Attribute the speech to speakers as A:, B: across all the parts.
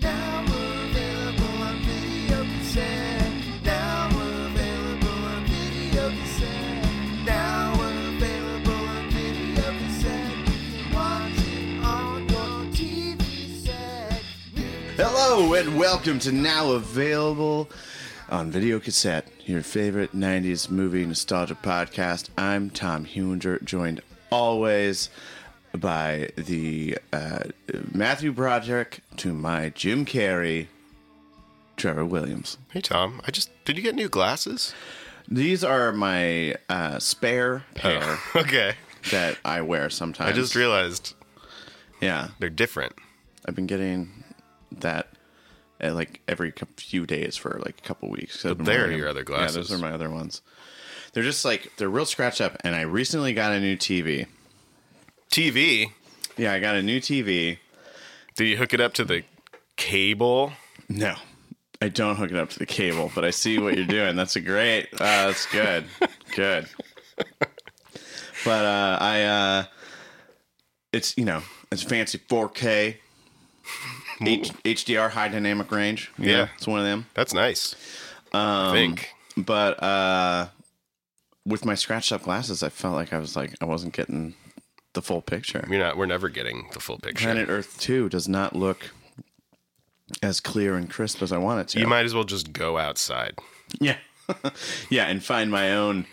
A: Now we're available on video cassette. Now we're available on video cassette. Now we're available on video cassette. You can watch it on your TV set.
B: Hello and welcome to now available on video cassette, your favorite 90s movie nostalgia podcast. I'm Tom Hewinger, joined always by the uh, Matthew Broderick to my Jim Carrey, Trevor Williams.
C: Hey Tom, I just did you get new glasses?
B: These are my uh, spare pair
C: okay.
B: that I wear sometimes.
C: I just realized
B: yeah,
C: they're different.
B: I've been getting that at like every cou- few days for like a couple weeks. I've been
C: there are
B: wearing
C: your
B: them.
C: other
B: Yeah, those
C: glasses.
B: are my other ones. They're just like they're real scratched up. And I recently got a new TV.
C: TV.
B: Yeah, I got a new TV.
C: Did you hook it up to the cable?
B: No, I don't hook it up to the cable, but I see what you're doing. That's a great. Uh, that's good. Good. But uh, I, uh, it's you know, it's fancy 4K, H- HDR high dynamic range. You
C: Yeah.
B: know, it's one of them.
C: That's nice.
B: Um,
C: I think.
B: but uh with my scratched up glasses i felt like i was like i wasn't getting the full picture
C: We're not we're never getting the full picture.
B: planet earth 2 does not look as clear and crisp as i want it to
C: You might as well just go outside.
B: yeah yeah and find my own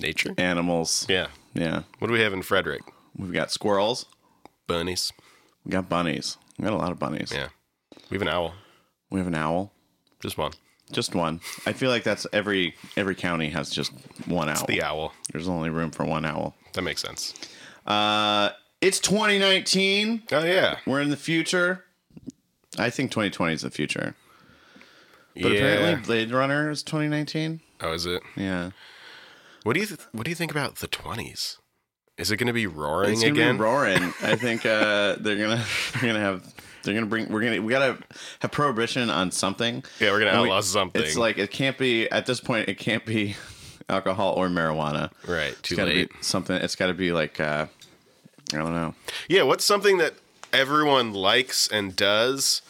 C: Nature?
B: animals
C: Yeah.
B: yeah
C: What do we have in Frederick?
B: we've got squirrels
C: Bunnies.
B: we got bunnies we got a lot of bunnies
C: Yeah. We have an owl.
B: we have an owl
C: Just one.
B: just one i feel like that's every every county has just one owl
C: The owl.
B: there's only room for one owl
C: That makes sense.
B: uh it's 2019
C: Oh yeah.
B: We're in the future. I think 2020 is the future. But
C: yeah.
B: apparently Blade Runner is 2019.
C: Oh, is it?
B: Yeah.
C: What do you th- what do you think about the twenties? Is it gonna be roaring
B: It's gonna
C: again?
B: be roaring. I think uh, they're gonna they're gonna have they're gonna bring we're gonna we gotta have prohibition on something.
C: Yeah, we're gonna
B: And we-
C: outlaw something.
B: It's like it can't be at this point it can't be alcohol or marijuana.
C: right,
B: It's
C: too
B: gotta
C: late.
B: be something it's gotta be like uh, I don't know.
C: Yeah, what's something that everyone likes and does,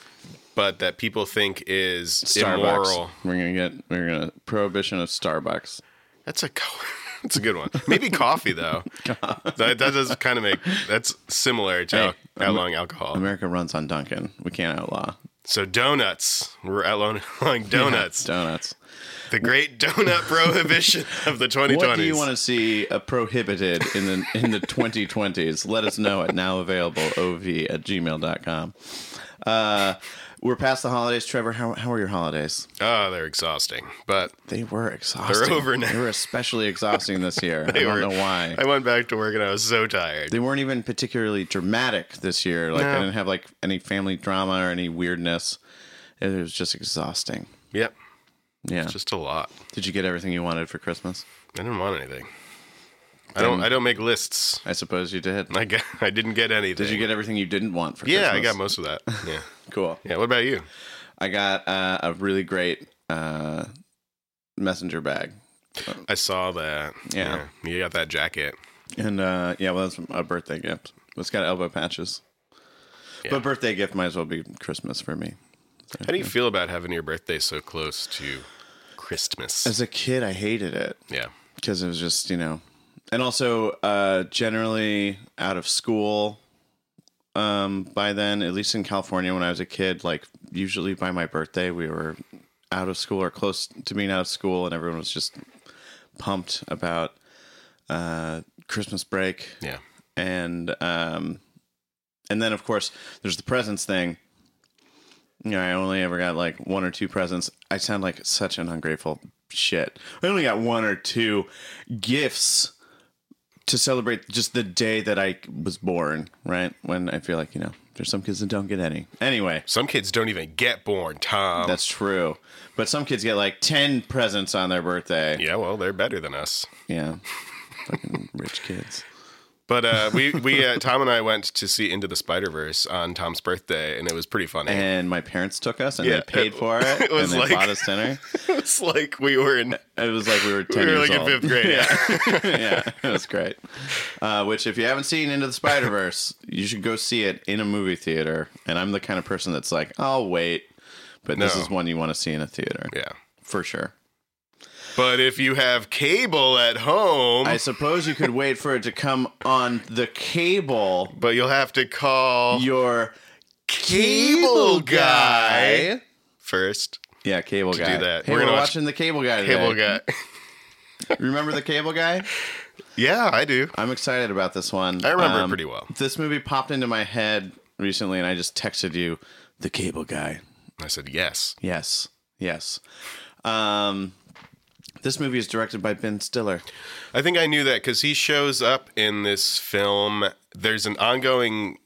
C: but that people think is
B: Starbucks.
C: immoral?
B: We're gonna get we're gonna prohibition of Starbucks.
C: That's a co- that's a good one. Maybe coffee though. that, that does kind of make that's similar to
B: Hey,
C: out- outlawing alcohol.
B: America runs on Dunkin'. We can't outlaw
C: so donuts, we're outlawing donuts.
B: donuts.
C: the great donut prohibition of the 2020s.
B: What do you want to see uh, prohibited in the in the 2020s? Let us know at nowavailableov at gmail.com. Uh, we're past the holidays. Trevor, how, how were your holidays?
C: oh, they're exhausting, but
B: They were exhausting.
C: over now.
B: They were especially exhausting this year. I
C: they
B: don't
C: were-
B: know why.
C: I went back to work and I was so tired.
B: They weren't even particularly dramatic this year. Like I
C: No.
B: didn't have like any family drama or any weirdness. It was just exhausting.
C: yep,
B: Yeah.
C: just a lot.
B: Did you get everything you wanted for Christmas?
C: I didn't want anything. I don't. I don't make lists.
B: I suppose you did.
C: I got, I didn't get anything.
B: Did you get everything you didn't want for
C: Yeah,
B: Christmas?
C: I got most of that. Yeah,
B: Cool.
C: yeah. What about you?
B: I got uh, a really great uh, messenger bag,
C: I saw that.
B: Yeah.
C: Yeah. you got that jacket.
B: and uh, yeah, well, that's a birthday gift. It's got elbow patches,
C: Yeah.
B: but birthday gift might as well be Christmas for me.
C: How do you feel about having your birthday so close to Christmas?
B: As a kid, I hated it
C: yeah,
B: because it was just you know, and also uh, generally out of school. Um, by then, at least in California, when I was a kid, like usually by my birthday, we were out of school or close to being out of school, and everyone was just pumped about uh, Christmas break.
C: yeah.
B: and um and then of course there's the presents thing you know i only ever got like one or two presents i sound like such an ungrateful shit i only got one or two gifts to celebrate just the day that i was born right when i feel like you know There's some kids that don't get any. Anyway,
C: Some kids don't even get born, Tom.
B: that's true. But some kids get like 10 presents on their birthday.
C: yeah, well, they're better than us.
B: Yeah. Fucking rich kids.
C: But uh, we, we uh, Tom and I went to see Into the Spider Verse on Tom's birthday, and it was pretty funny.
B: And my parents took us and
C: Yeah,
B: they paid
C: it-
B: for it.
C: it
B: and
C: was
B: they
C: like-
B: bought us dinner.
C: it's like we were in
B: It was like we were 10
C: we were
B: years
C: like
B: old.
C: in fifth grade. Yeah.
B: yeah, it was great. Uh, which, if you haven't seen Into the Spider Verse, you should go see it in a movie theater. And I'm the kind of person that's like, I'll wait, but this
C: No.
B: is one you want to see in a theater.
C: yeah.
B: for sure.
C: But if you have cable at home,
B: I suppose you could wait for it to come on the cable.
C: but you'll have to call
B: Your
C: cable guy
B: guy.
C: first.
B: yeah, cable
C: do
B: guy.
C: that.
B: Hey,
C: We're
B: we're,
C: gonna watch
B: watching the cable guy. Today.
C: Cable guy.
B: Remember the cable guy?
C: yeah, I do.
B: I'm excited about this one. Um,
C: I remember it pretty well.
B: This movie popped into my head recently, and I just texted you, "The Cable Guy."
C: I said yes.
B: Yes, yes. Um, this movie is directed by Ben Stiller.
C: I think I knew that because he shows up in this film. There's an ongoing,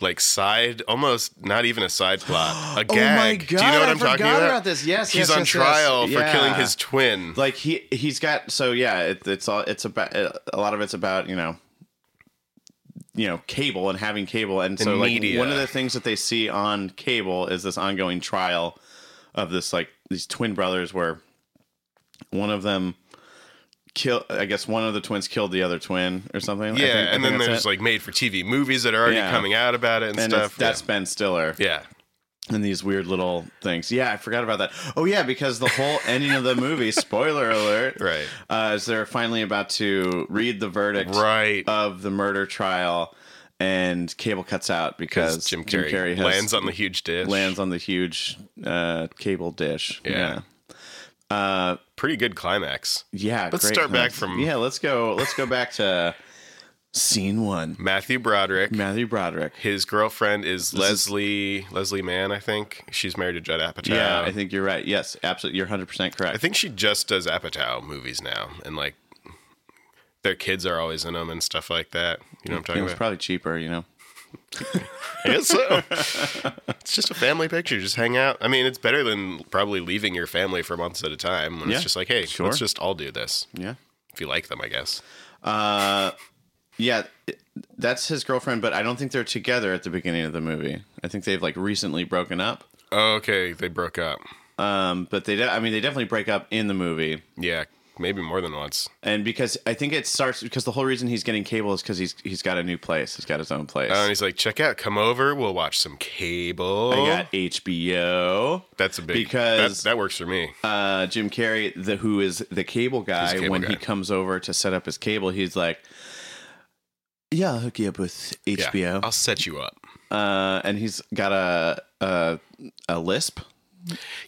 C: like side, almost not even a side plot, a gag. Do you
B: Oh God,
C: know what
B: I
C: am talking
B: forgot
C: about?
B: about this. Yes,
C: he's
B: yes,
C: on
B: yes, yes.
C: trial for
B: Yeah.
C: killing his twin.
B: Like he he's got so yeah. It, it's all it's about a lot of it's about you know. You know, cable and having cable, and so like
C: media.
B: one of the things that they see on cable is this ongoing trial of this like these twin brothers, where one of them kill. I guess one of the twins killed the other twin or something. I
C: yeah,
B: think- I
C: and
B: think
C: then
B: that's
C: there's
B: it.
C: like made for TV movies that are already
B: Yeah.
C: coming out about it and,
B: and it's-
C: stuff.
B: that's Ben Stiller.
C: yeah.
B: and these weird little things. Yeah, I forgot about that. Oh yeah, because the whole ending of the movie, spoiler alert,
C: Right.
B: Uh, is they're finally about to read the verdict
C: yeah. right.
B: of the murder trial, and cable cuts out because
C: Jim Carrey,
B: has-
C: lands on the huge dish.
B: lands on the huge uh, cable dish.
C: Yeah.
B: Uh,
C: Pretty good climax.
B: yeah.
C: Let's
B: great
C: start back
B: concept.
C: from-
B: yeah. Let's go. Let's go back to scene one.
C: Matthew Broderick.
B: Matthew Broderick.
C: his girlfriend is Leslie Leslie Mann, I think. She's married to Judd Apatow.
B: Yeah, Uh, I
C: I think,
B: think you're right. Yes, absolutely. You're 100 percent correct.
C: she just does Apatow movies now, and like their kids are always in them and stuff like that. You know what I'm
B: it
C: talking
B: was
C: about?
B: probably cheaper. You know.
C: I guess so. it's just a family picture. Just hang out. I mean, it's better than probably leaving your family for months at a time when
B: Yeah,
C: it's just like, hey,
B: sure.
C: let's just all do this
B: Yeah.
C: if you like them, I guess.
B: Uh, yeah, it- that's his girlfriend, but I don't think they're together at the beginning of the movie. I think they've like recently broken up.
C: Okay, they broke up.
B: Um, but they, de- I mean, they definitely break up in the movie,
C: Yeah, maybe more than once.
B: and because I think it starts because the whole reason he's getting cable is because he's he's got a new place. He's got his own place.
C: Uh, and he's like, check out, come over, we'll watch some cable.
B: I got HBO.
C: That's a big
B: because-
C: that, that works for me.
B: uh, Jim Carrey, the who is the cable guy,
C: He's the cable
B: when
C: guy.
B: he comes over to set up his cable, he's like, "Yeah, I'll hook you up with
C: Yeah,
B: HBO."
C: I'll set you up.
B: Uh, and he's got a a, a lisp.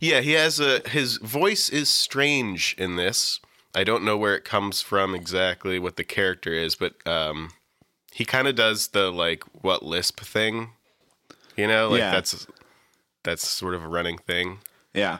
C: Yeah, he has a his voice is strange in this. I don't know where it comes from exactly what the character is, but um he kind of does the like what lisp thing. You know, like
B: Yeah.
C: that's that's sort of a running thing.
B: Yeah.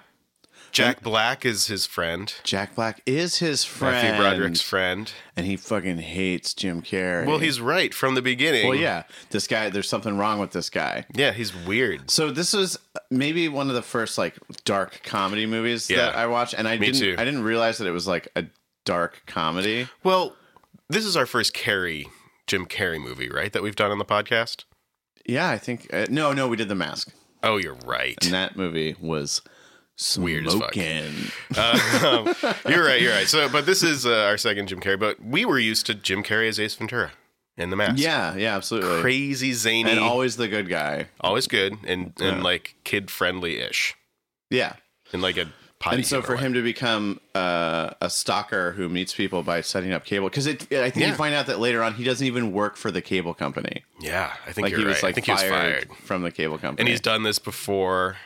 C: Jack Black is his friend.
B: Jack Black is his friend,
C: Matthew Broderick's friend.
B: and he fucking hates Jim Carrey.
C: Well, he's right from the beginning.
B: well, yeah. This guy, there's something wrong with this guy.
C: Yeah, he's weird.
B: So this was maybe one of the first like dark comedy movies
C: Yeah.
B: that I watched, and I
C: Me
B: didn't,
C: too.
B: I didn't realize that it was like a dark comedy.
C: Well, this is our first Carrey Jim Carrey movie, right? That we've done on the podcast.
B: Yeah, I think uh, no, no, we did The Mask,
C: Oh, you're right.
B: and that movie was
C: Weird as fuck.
B: smoking.
C: Um, you're right. You're right. So, but this is uh, our second Jim Carrey. But we were used to Jim Carrey as Ace Ventura in the mask.
B: Yeah, yeah, absolutely,
C: crazy, zany,
B: and
C: always,
B: always the good guy.
C: good, and and
B: Yeah.
C: like kid friendly ish,
B: Yeah,
C: and like a potty.
B: and so
C: humor
B: for
C: way.
B: him to become uh, a stalker who meets people by setting up cable because it, I think
C: Yeah.
B: you find out that later on he doesn't even work for the cable company.
C: yeah, I think
B: Like
C: you're
B: he was
C: right.
B: like
C: I think
B: fired,
C: he was fired,
B: from the cable company,
C: and he's done this before.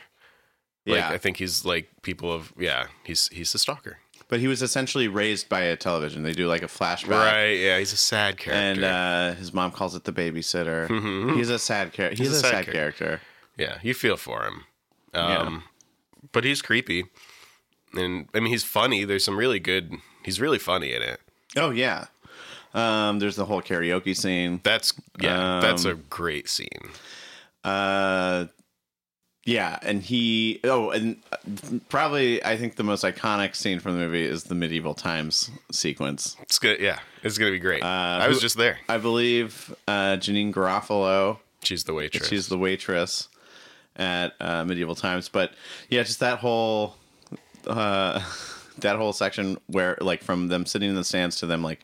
C: Like,
B: yeah.
C: I think he's like people of yeah, he's he's a stalker,
B: but he was essentially raised by a television. They do like a flashback,
C: right? Yeah, he's a sad
B: And
C: character.
B: uh, his mom calls it the babysitter.
C: Mhm.
B: He's a sad character. He's, a, sad, character.
C: yeah, you feel for him.
B: Yeah.
C: Um, but he's creepy, and I mean he's funny. There's some really good. He's really funny in it.
B: Oh yeah. Um, there's the whole karaoke scene.
C: That's yeah, that's
B: Um,
C: a great scene.
B: Uh, yeah, and he oh, and uh, probably I think the most iconic scene from the movie is the medieval times sequence.
C: It's good. Yeah, it's gonna be great. I was
B: Uh, who-
C: just there.
B: I believe uh, Janine Garofalo.
C: She's the waitress.
B: She's the waitress at uh, medieval times, but yeah, just that whole uh, that whole section where like from them sitting in the stands to them like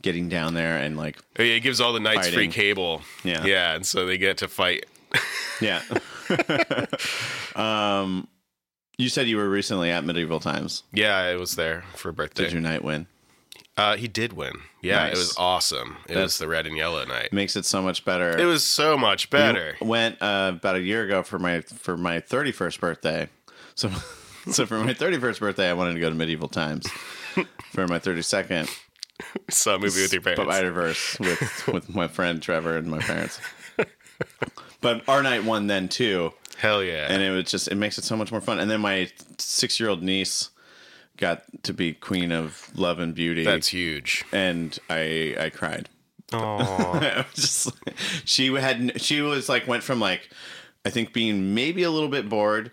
B: getting down there and like
C: Oh, yeah, it gives all the knights free
B: Fighting.
C: cable.
B: Yeah.
C: yeah, and so they get to fight.
B: yeah. um, you said you were recently at medieval times.
C: Yeah, I was there for birthday.
B: Did your night win?
C: Uh, he did win. Yeah,
B: Nice.
C: it was awesome. It
B: That's-
C: was the red and yellow night.
B: Makes it so much better.
C: It was so much better.
B: Went uh, about a year ago for my for my thirty first birthday. So so for my thirty first birthday, I wanted to go to medieval times. For my thirty second,
C: Saw a movie with your parents.
B: Spider Verse with with my friend Trevor and my parents. But our night won then too,
C: Hell yeah!
B: and it was just it makes it so much more fun. And then my six year old niece got to be queen of love and beauty,
C: That's huge.
B: and I I cried.
C: Oh,
B: I was just she had she was like went from like I think being maybe a little bit bored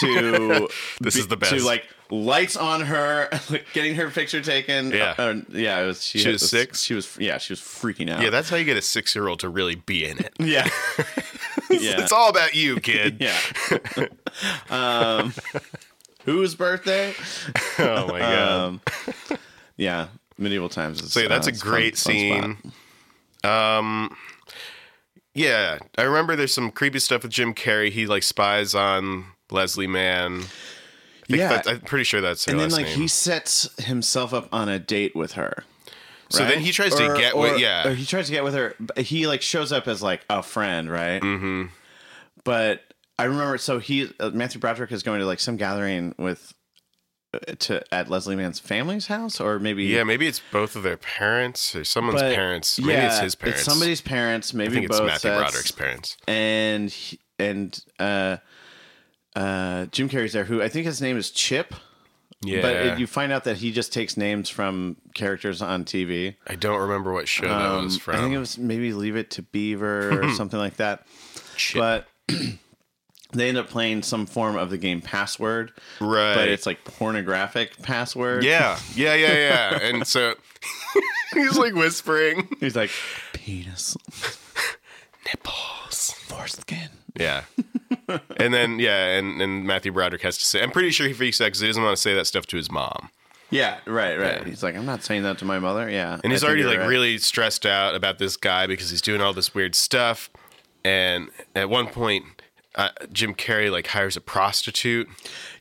B: to
C: This is the best.
B: to like lights on her like getting her picture taken
C: Yeah.
B: Uh, uh, yeah it was she,
C: She
B: had
C: was
B: this-
C: six?
B: she was yeah she was freaking out
C: yeah. That's how you get a six-year-old to really be in it.
B: yeah yeah
C: It's all about you, kid.
B: yeah um whose birthday
C: Oh my god.
B: um yeah medieval times is,
C: So yeah, that's
B: uh,
C: a
B: it's fun- fun
C: great
B: spot.
C: scene. Um, yeah, I remember there's some creepy stuff with Jim Carrey. He like spies on Leslie Mann. I think
B: Yeah.
C: that- I'm pretty sure that's her
B: and then
C: last
B: like
C: name.
B: he sets himself up on a date with her
C: so then he tries to get with yeah.
B: or he tries to get with her. but He like shows up as like a friend, right? Mm-hmm. But I remember, so he uh, Matthew Broderick is going to like some gathering with uh, to at Leslie Mann's family's house, or maybe
C: yeah, maybe it's both of their parents or someone's
B: but-
C: parents. Maybe
B: yeah,
C: it's his parents.
B: somebody's parents. Maybe
C: I think
B: both
C: it's Matthew
B: sets.
C: Broderick's parents.
B: and he- and uh, uh, Jim Carrey's there, who I think his name is Chip.
C: Yeah,
B: But it, you find out that he just takes names from characters on TV.
C: I don't remember what show that was
B: Um,
C: from. Hmm.
B: I think it was maybe Leave It to Beaver or something like that.
C: Chip.
B: But they end up playing some form of the game password,
C: right.
B: but it's like pornographic password.
C: yeah, yeah, yeah, yeah. and so he's like whispering.
B: he's like penis,
C: Nipples.
B: foreskin.
C: Yeah. and then yeah, and, and Matthew Broderick has to say I'm pretty sure he freaks out because he doesn't want to say that stuff to his mom.
B: Yeah, right, right.
C: Yeah.
B: He's like, I'm not saying that to my mother. Yeah,
C: And he's
B: I think
C: already
B: you're
C: like
B: right.
C: really stressed out about this guy because he's doing all this weird stuff. And at one point, uh, Jim Carrey like hires a prostitute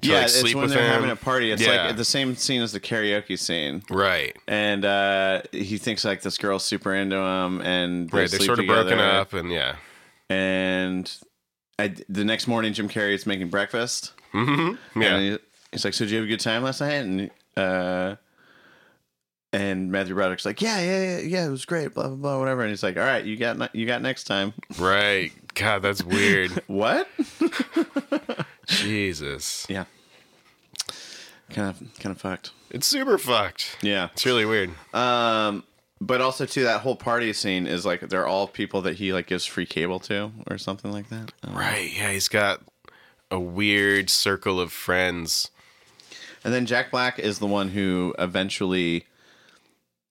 C: to
B: yeah.
C: like
B: it's
C: sleep
B: when
C: with
B: they're
C: him.
B: having a party. It's
C: Yeah.
B: like the same scene as the karaoke scene.
C: right,
B: And uh, he thinks like this girl's super into him, and they
C: right. They're
B: sleep
C: sort of
B: together.
C: broken up, and yeah,
B: And I, the next morning, Jim Carrey is making breakfast.
C: Mm-hmm. yeah.
B: And he- he's like, "So did you have a good time last night?" And uh, and Matthew Broderick's like, "Yeah, yeah, yeah, yeah, it was great." Blah blah blah, whatever. And he's like, "All right, you got ne- you got next time."
C: right. God, that's weird.
B: What?
C: Jesus,
B: yeah. Kind of kind of fucked.
C: it's super fucked.
B: Yeah.
C: It's really weird.
B: Um. But also too, that whole party scene is like they're all people that he like gives free cable to or something like that. Um,
C: Right. Yeah, he's got a weird circle of friends.
B: And then Jack Black is the one who eventually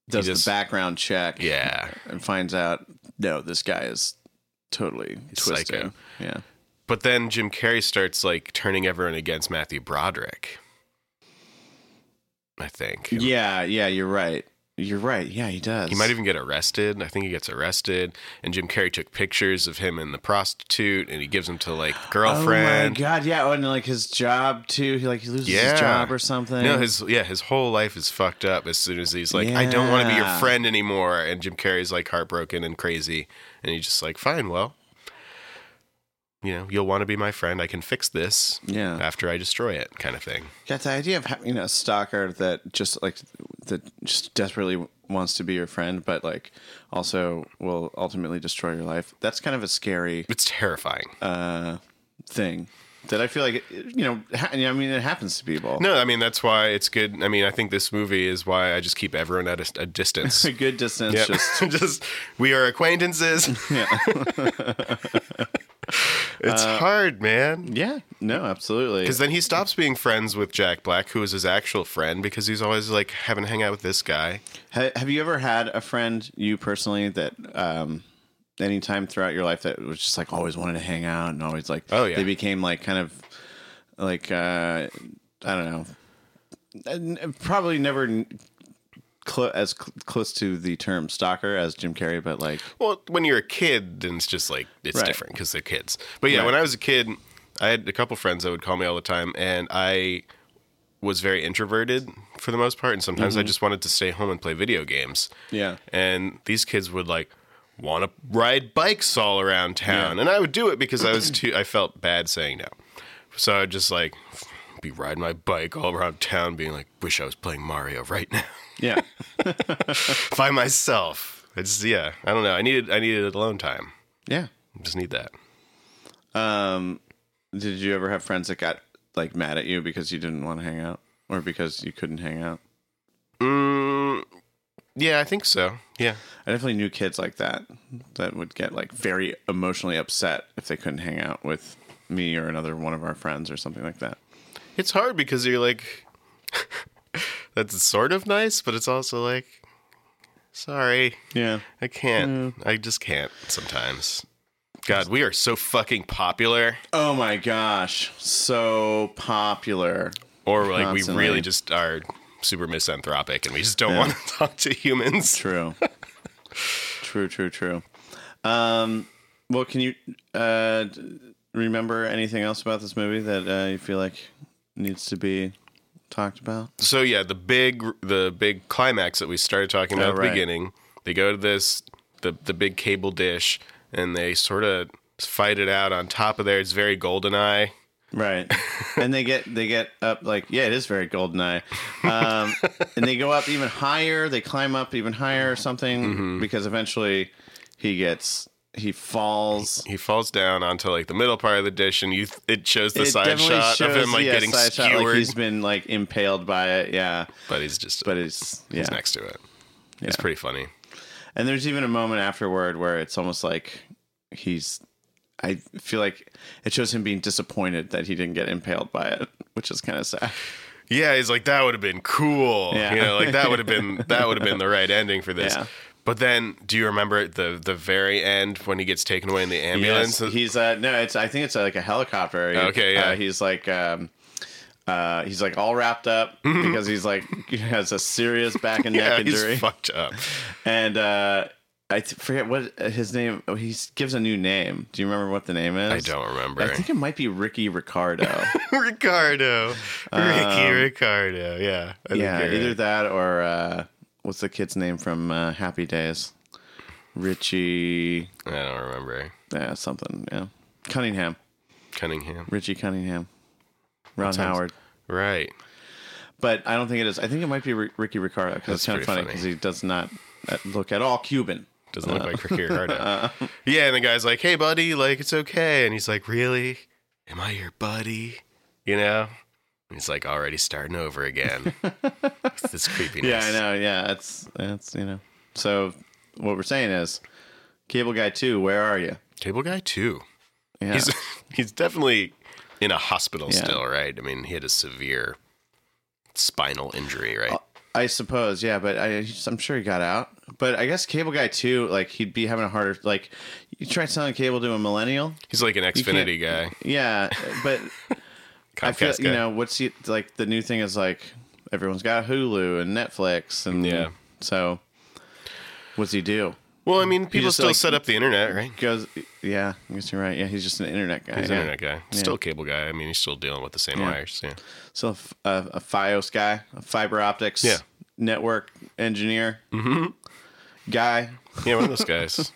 B: does
C: just-
B: the background check.
C: Yeah.
B: and finds out no, this guy is totally twisted.
C: psycho.
B: Yeah.
C: But then Jim Carrey starts like turning everyone against Matthew Broderick. I think.
B: Yeah, yeah, you're right. You're right. Yeah, he does.
C: He might even get arrested. I think he gets arrested. And Jim Carrey took pictures of him and the prostitute and he gives them to like
B: Oh my
C: girlfriend.
B: god, yeah, oh, and like his job too. He like he loses
C: Yeah.
B: his job or something.
C: No, his yeah, his whole life is fucked up as soon as he's like, I don't want to be your
B: Yeah.
C: friend anymore. And Jim Carrey's like heartbroken and crazy. And he's just like, Fine, well, you know, you'll want to be my friend. I can fix this
B: Yeah.
C: after I destroy it, kind of thing.
B: got the idea of having a stalker that just like that just desperately wants to be your friend, but like also will ultimately destroy your life. That's kind of a scary
C: It's terrifying.
B: uh thing. That I feel like you know, ha- I mean, it happens to people.
C: No, I mean that's why it's good. I mean, I think this movie is why I just keep everyone at a, a distance.
B: a good distance,
C: Yep.
B: just
C: just we are acquaintances. It's hard, man.
B: Uh, Yeah, no, absolutely.
C: Because then he stops being friends with Jack Black, who is his actual friend, because he's always like having to hang out with this guy.
B: Ha- have you ever had a friend, you personally, that um, anytime throughout your life that was just like always wanted to hang out and always like,
C: Oh, yeah.
B: they became like kind of like, uh, I don't know, n- probably never n- clo- as cl- close to the term stalker as Jim Carrey, but like,
C: Well, when you're a kid, then it's just like it's
B: Right.
C: different because they're kids. But yeah,
B: Right.
C: when I was a kid, I had a couple friends that would call me all the time, and I was very introverted for the most part. And sometimes I just wanted to stay home and play video games.
B: Mm-hmm. Yeah.
C: And these kids would like want to ride bikes all around town, and I would do it because I was too. I felt bad saying no, so I'd just like be riding my bike all around town, being like, "Wish I was playing Mario right now."
B: yeah,
C: by myself. It's yeah. I don't know. I needed I needed alone time.
B: yeah.
C: I just need that.
B: Um, did you ever have friends that got like mad at you because you didn't want to hang out or because you couldn't hang out?
C: Mm, yeah, I think so. Yeah.
B: I definitely knew kids like that that would get like very emotionally upset if they couldn't hang out with me or another one of our friends or something like that.
C: It's hard because you're like that's sort of nice, but it's also like sorry,
B: Yeah.
C: I can't. I just can't sometimes. God, we are so fucking popular
B: Oh my gosh, so popular.
C: or like
B: Constantly.
C: we really just are super misanthropic and we just don't want to talk to humans.
B: True. true, true, true. Um well, can you uh d- remember anything else about this movie that uh, you feel like needs to be talked about?
C: so yeah, the big the big climax that we started talking about
B: Oh,
C: at the
B: right.
C: beginning. They go to this the the big cable dish and they sort of fight it out on top of there. It's very golden eye.
B: Right. and they get they get up like yeah, it is very golden eye. Um, and they go up even higher, they climb up even higher or something
C: Mm-hmm.
B: because eventually he gets he falls.
C: He falls down onto like the middle part of the dish and you th- it shows the
B: It
C: side
B: definitely
C: shot of him like
B: yeah,
C: getting
B: side
C: skewered,
B: shot, like he's been like impaled by it, yeah.
C: but he's just
B: But it's yeah.
C: he's next to it. It's pretty funny.
B: And there's even a moment afterward where it's almost like he's I feel like it shows him being disappointed that he didn't get impaled by it, which is kind of sad.
C: Yeah, he's like that would have been cool.
B: Yeah.
C: You know, like that would have been that would have been the right ending for this.
B: Yeah.
C: But then, do you remember the the very end when he gets taken away in the ambulance?
B: Yes, he's uh no, it's I think it's uh, like a helicopter. He-
C: Okay,
B: Uh,
C: yeah.
B: he's like um uh he's like all wrapped up because he's like he has a serious back and neck
C: he's
B: injury.
C: fucked up.
B: and uh I th- forget what his name oh, he s- gives a new name. Do you remember what the name is?
C: I don't remember.
B: I think it might be Ricky Ricardo.
C: Ricardo, Ricky Ricardo. Yeah, I think
B: Um, yeah,
C: you're
B: either
C: right.
B: that or uh what's the kid's name from uh, Happy Days? Richie
C: I don't remember
B: uh, something, yeah. Cunningham.
C: Cunningham.
B: Richie Cunningham. Ron
C: sounds-
B: Howard.
C: Right.
B: but I don't think it is. I think it might be Ri- Ricky Ricardo because it's
C: That's
B: kind of funny
C: pretty funny.
B: because he does not uh, look at all Cuban.
C: Doesn't look like Ricky Ricardo. yeah, and the guy's like, "Hey, buddy, like it's okay," and he's like, "Really? Am I your buddy?" You know. And he's like already starting over again. it's this creepiness.
B: Yeah, I know. Yeah, that's that's you know. So what we're saying is, Cable Guy Two, where are you?
C: Table guy too.
B: Yeah,
C: He's he's definitely in a hospital
B: Yeah.
C: still, right? I mean, he had a severe spinal injury, right?
B: I suppose. Yeah, but I, I'm sure he got out. But I guess Cable Guy Two, like he'd be having a harder like. You try selling cable to a millennial.
C: He's like an
B: can't-
C: Xfinity guy.
B: Yeah, but
C: Comcast
B: I feel
C: guy.
B: you know what's he, like the new thing is like everyone's got Hulu and Netflix and
C: Yeah.
B: So what's he do?
C: Well, I mean, people
B: just,
C: still
B: like-
C: set up the internet, right?
B: goes yeah i guess you're right yeah he's just an internet guy
C: He's
B: yeah.
C: an internet guy. Still a cable guy. I mean, he's still dealing with the same
B: Yeah.
C: wires. Yeah.
B: so a, f- uh, a- a fios guy a fiber optics
C: Yeah.
B: network engineer mm-hmm. guy
C: Yeah, one of those guys.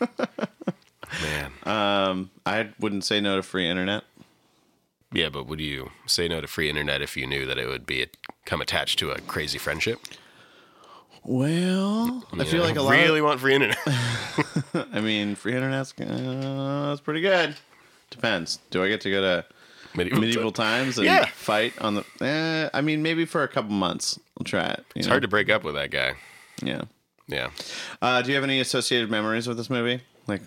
C: Man.
B: um i wouldn't say no to free internet
C: yeah, but would you say no to free internet if you knew that it would be come attached to a crazy friendship?
B: well i feel like a lot
C: really want free internet.
B: of, i mean free internet's uh, that's pretty good depends do i get to go to
C: Medieval.
B: medieval times and
C: Yeah.
B: fight on the eh, i mean maybe for a couple months i'll try it
C: It's hard to break up with that guy.
B: yeah
C: Yeah.
B: Uh, do you have any associated memories with this movie? Like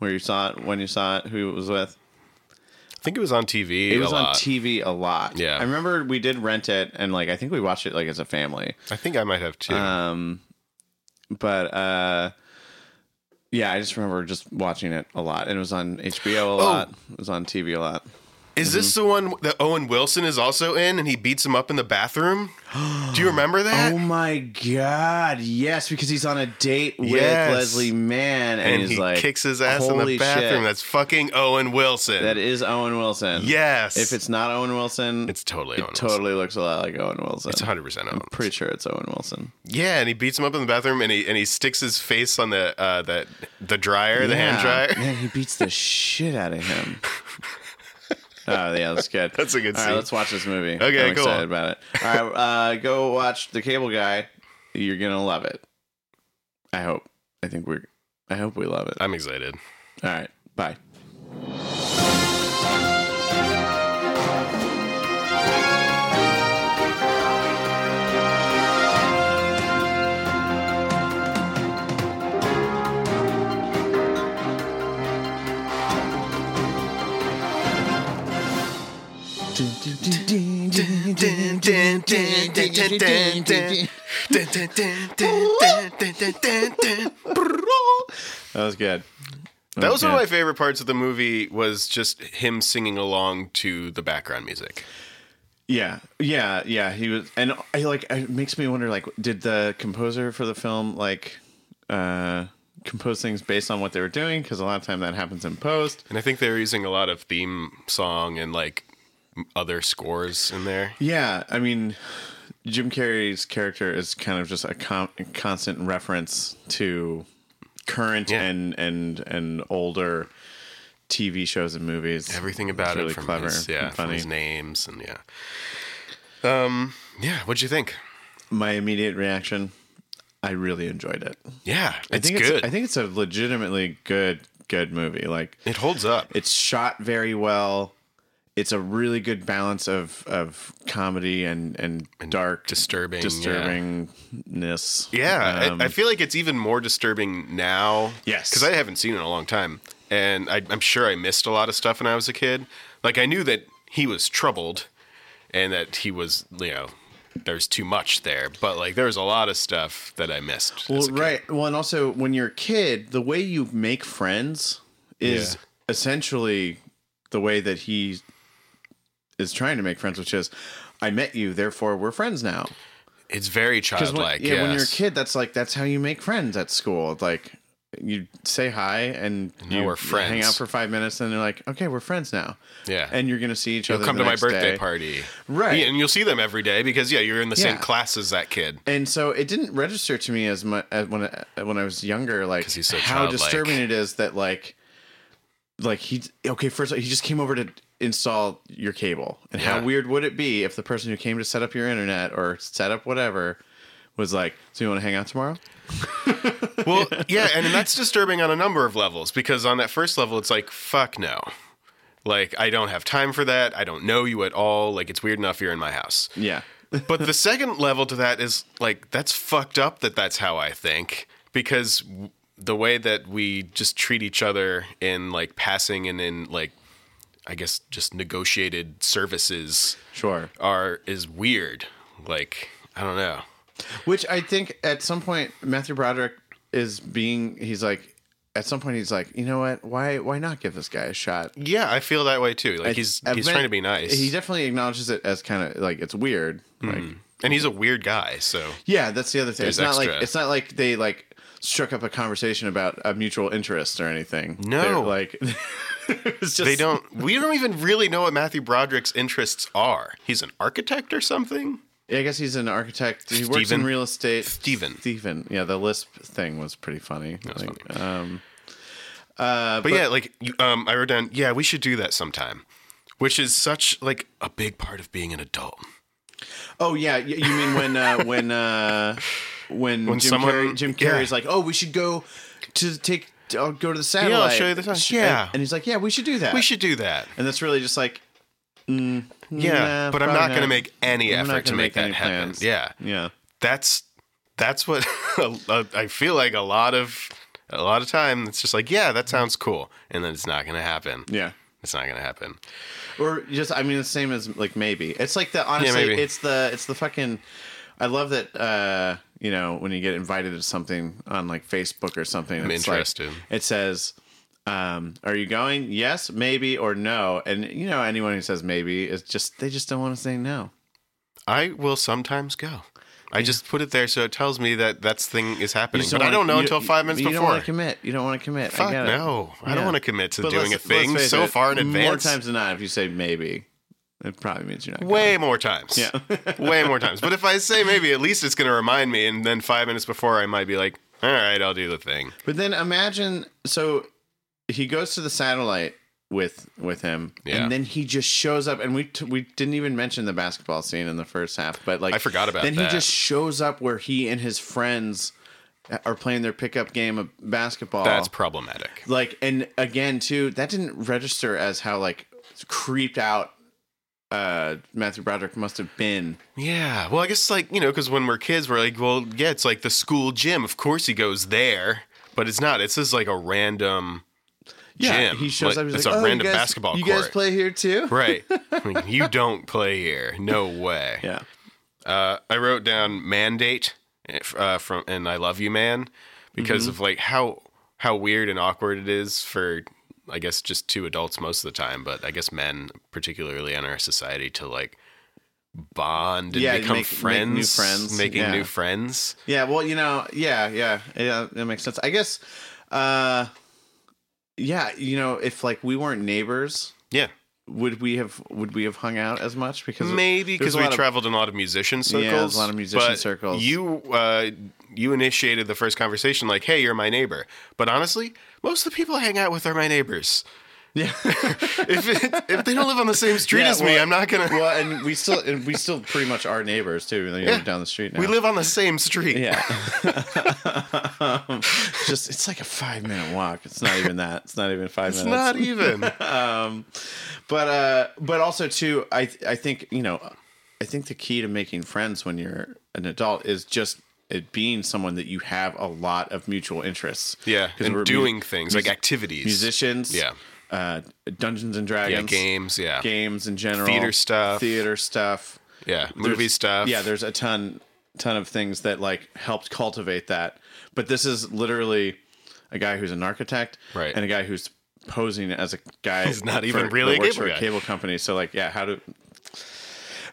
B: where you saw it, when you saw it, who it was with?
C: think it was on TV.
B: It was
C: a
B: on
C: lot.
B: TV a lot.
C: Yeah.
B: I remember we did rent it, and like I think we watched it like as a family.
C: I think I might have too.
B: Um, but uh, yeah, I just remember just watching it a lot, and it was on HBO a lot. It was on TV a lot.
C: is
B: mm-hmm.
C: this the one that Owen Wilson is also in, and he beats him up in the bathroom? Do you remember that?
B: Oh my god! Yes, because he's on a date with
C: Yes.
B: Leslie Mann, and,
C: and
B: he's
C: he
B: like
C: kicks his ass in
B: "Holy
C: the
B: shit,
C: bathroom. That's fucking Owen Wilson.
B: that is Owen Wilson.
C: yes.
B: If it's not Owen Wilson,
C: it's totally
B: it
C: Owen Wilson.
B: totally looks a lot like Owen Wilson.
C: It's 100 percent Owen.
B: Pretty sure it's Owen Wilson.
C: Yeah, and he beats him up in the bathroom, and he and he sticks his face on the uh, the the dryer, the hand
B: Yeah.
C: dryer.
B: Man, he beats the shit out of him. Oh yeah, that's good.
C: That's a good
B: All right,
C: scene.
B: let's watch this movie.
C: Okay,
B: I'm
C: cool.
B: Excited about it. All right, uh, go watch The Cable Guy. You're gonna love it. I hope. I think we're. I hope we love it.
C: I'm excited.
B: All right, bye. That was good.
C: That was one of
B: Okay.
C: my favorite parts of the movie was just him singing along to the background music.
B: Yeah, yeah, yeah. He was, and I like. It makes me wonder. Like, did the composer for the film like uh compose things based on what they were doing? Because a lot of time that happens in post.
C: And I think they were using a lot of theme song and like m- other scores in there.
B: Yeah, I mean, Jim Carrey's character is kind of just a con- constant reference to current
C: Yeah.
B: and and and older TV shows and movies.
C: Everything about
B: It's really
C: it from
B: clever
C: his, yeah,
B: and
C: from
B: funny.
C: his names and yeah. Um, yeah, what'd you think?
B: My immediate reaction: I really enjoyed it.
C: Yeah, it's
B: I think
C: good.
B: It's, I think it's a legitimately good good movie. Like
C: it holds up.
B: it's shot very well. It's a really good balance of of comedy and and, dark
C: disturbing, yeah.
B: disturbingness.
C: Yeah,
B: Um,
C: I, I feel like it's even more disturbing now.
B: Yes.
C: because I haven't seen it in a long time, and I, I'm sure I missed a lot of stuff when I was a kid. Like I knew that he was troubled, and that he was, you know, there's too much there. But like, there was a lot of stuff that I missed.
B: well,
C: as a kid.
B: right. Well, and also when you're a kid, the way you make friends is
C: Yeah.
B: essentially the way that he is trying to make friends, which is, I met you, therefore we're friends now.
C: It's very
B: Because when,
C: childlike.
B: yeah, when you're a
C: yes.
B: kid, that's like that's how you make friends at school. Like you say hi and
C: now
B: you
C: we're friends.
B: hang out for five minutes, and they're like, okay, we're friends now.
C: Yeah.
B: and you're gonna see each
C: You'll
B: other.
C: come
B: the
C: to my
B: next
C: birthday
B: day.
C: party,
B: Right.
C: Yeah, and you'll see them every day because yeah, you're in the same
B: Yeah.
C: class as that kid.
B: And so it didn't register to me as much as when I, when I was younger, like
C: 'Cause he's so
B: how
C: childlike.
B: disturbing it is that like like he okay first of all, he just came over to install your cable, and
C: Yeah.
B: how weird would it be if the person who came to set up your internet or set up whatever was like, so you want to hang out tomorrow?
C: Well, yeah, and that's disturbing on a number of levels because on that first level, it's like, fuck no. Like, I don't have time for that. I don't know you at all. Like, it's weird enough you're in my house.
B: Yeah.
C: But the second level to that is like, that's fucked up that that's how I think because w- the way that we just treat each other in like passing and in like, I guess, just negotiated services
B: Sure.
C: are is weird. Like, I don't know.
B: Which I think at some point Matthew Broderick is being he's like at some point he's like, you know what? Why why not give this guy a shot?
C: Yeah, I feel that way too. Like, he's he's
B: Event-
C: trying to be nice. Hmm.
B: He definitely acknowledges it as kind of like it's weird. Like
C: and he's a weird guy, so
B: yeah, that's the other thing.
C: There's
B: it's not like
C: extra.
B: it's not like they like struck up a conversation about a mutual interest or anything.
C: No.
B: They're like it's just
C: they don't. We don't even really know what Matthew Broderick's interests are. He's an architect or something.
B: I guess he's an architect. He works in
C: Steven.
B: real estate.
C: Steven.
B: Steven. Yeah, the lisp thing was pretty funny.
C: was
B: Like,
C: funny.
B: Um Uh,
C: But, yeah, like you- um, I wrote down. Yeah, we should do that sometime. Which is such like a big part of being an adult.
B: Oh yeah, y- you mean when uh, when uh, when,
C: When
B: Jim
C: someone-
B: Carrey, Jim
C: yeah.
B: Carrey's like, oh, we should go to take I'll go to the satellite.
C: show you the satellite."
B: Sh-
C: Yeah.
B: and, and he's like, yeah, we should do that.
C: We should do that.
B: And that's really just like,
C: Yeah,
B: Nah,
C: but I'm
B: probably
C: not going to
B: not.
C: make any
B: I'm not
C: effort to
B: gonna
C: make,
B: make
C: that
B: any
C: happen.
B: plans.
C: Yeah,
B: yeah,
C: that's that's what I feel like. A lot of a lot of time, it's just like, yeah, that sounds cool, and then it's not going to happen.
B: yeah,
C: It's not gonna happen.
B: or just I mean the same as like maybe it's like the honestly
C: maybe.
B: it's the it's the fucking I love that uh you know when you get invited to something on like Facebook or something I'm
C: interested.
B: it says um are you going yes maybe or no and you know anyone who says maybe is just they just don't want to say no
C: I will sometimes go. I just put it there so it tells me that that thing is
B: You
C: happening,
B: just
C: but
B: don't
C: I don't
B: wanna-
C: know
B: you-
C: until five minutes
B: you don't
C: before.
B: want to commit you don't want to commit
C: Fuck
B: I get it.
C: no, I don't
B: Yeah.
C: want to commit to
B: But
C: doing a
B: let's- let's
C: thing
B: face
C: so
B: it,
C: far in advance.
B: more times than not if you say maybe it probably means you're not going.
C: Way more times.
B: Yeah.
C: Way more times. But if I say maybe, at least it's going to remind me. And then five minutes before, I might be like, all right, I'll do the thing.
B: But then imagine so he goes to the satellite with with him
C: Yeah.
B: and then he just shows up and we t- we didn't even mention the basketball scene in the first half but like
C: I forgot about
B: then
C: that.
B: he just shows up where he and his friends are playing their pickup game of basketball
C: That's problematic.
B: like and again too that didn't register as how like creeped out uh Matthew Broderick must have been
C: Yeah. Well, I guess, like, you know, because when we're kids, we're like, well, yeah, it's like the school gym. Of course he goes there, but it's not. It's just like a random. Gym.
B: he shows
C: Like,
B: up he's
C: it's
B: like
C: a
B: "Oh, you
C: random
B: guys-
C: basketball
B: you guys
C: court."
B: play here too
C: Right. I mean, you don't play here. No way.
B: yeah
C: Uh, I wrote down mandate uh, from and I love you man
B: Mm-hmm.
C: because of like how how weird and awkward it is for I guess just two adults most of the time, but I guess men particularly in our society to like bond and
B: Yeah, make-
C: become
B: make
C: friends,
B: new friends,
C: making
B: yeah.
C: new friends.
B: Yeah, well, you know, yeah, yeah, yeah, that makes sense. I guess, uh, yeah, you know, if like we weren't neighbors,
C: Yeah.
B: would we have would we have hung out as much? Because
C: Maybe
B: there's
C: because
B: a
C: we
B: lot of-
C: traveled in a lot of musician circles.
B: Yeah, there's a lot of musician
C: but
B: circles.
C: You uh, you initiated the first conversation like, "Hey, you're my neighbor." But honestly, most of the people I hang out with are my neighbors.
B: Yeah.
C: if it, if they don't live on the same street
B: Yeah,
C: as me,
B: well-
C: I'm not gonna.
B: well, and we still and we still pretty much are neighbors too. You know,
C: Yeah.
B: down the street now.
C: We live on the same street.
B: Yeah. um, just it's like a five minute walk. It's not even that. It's not even five
C: It's
B: minutes.
C: not even.
B: um, but uh, but also too, I I think you know, I think the key to making friends when you're an adult is just it being someone that you have a lot of mutual interests.
C: yeah,
B: we're mu-
C: and doing things like
B: mus-
C: activities,
B: musicians.
C: Yeah.
B: uh, Dungeons and
C: yeah,
B: Dragons.
C: games, yeah,
B: games in general,
C: Theater stuff.
B: theater stuff,
C: yeah,
B: There's-
C: movie stuff.
B: Yeah, there's a ton ton of things that like helped cultivate that. But this is literally a guy who's an architect
C: Right.
B: and a guy who's posing as a guy
C: He's not
B: for-
C: even
B: that
C: really a
B: works
C: cable
B: for
C: guy.
B: a cable company. So like, yeah, how do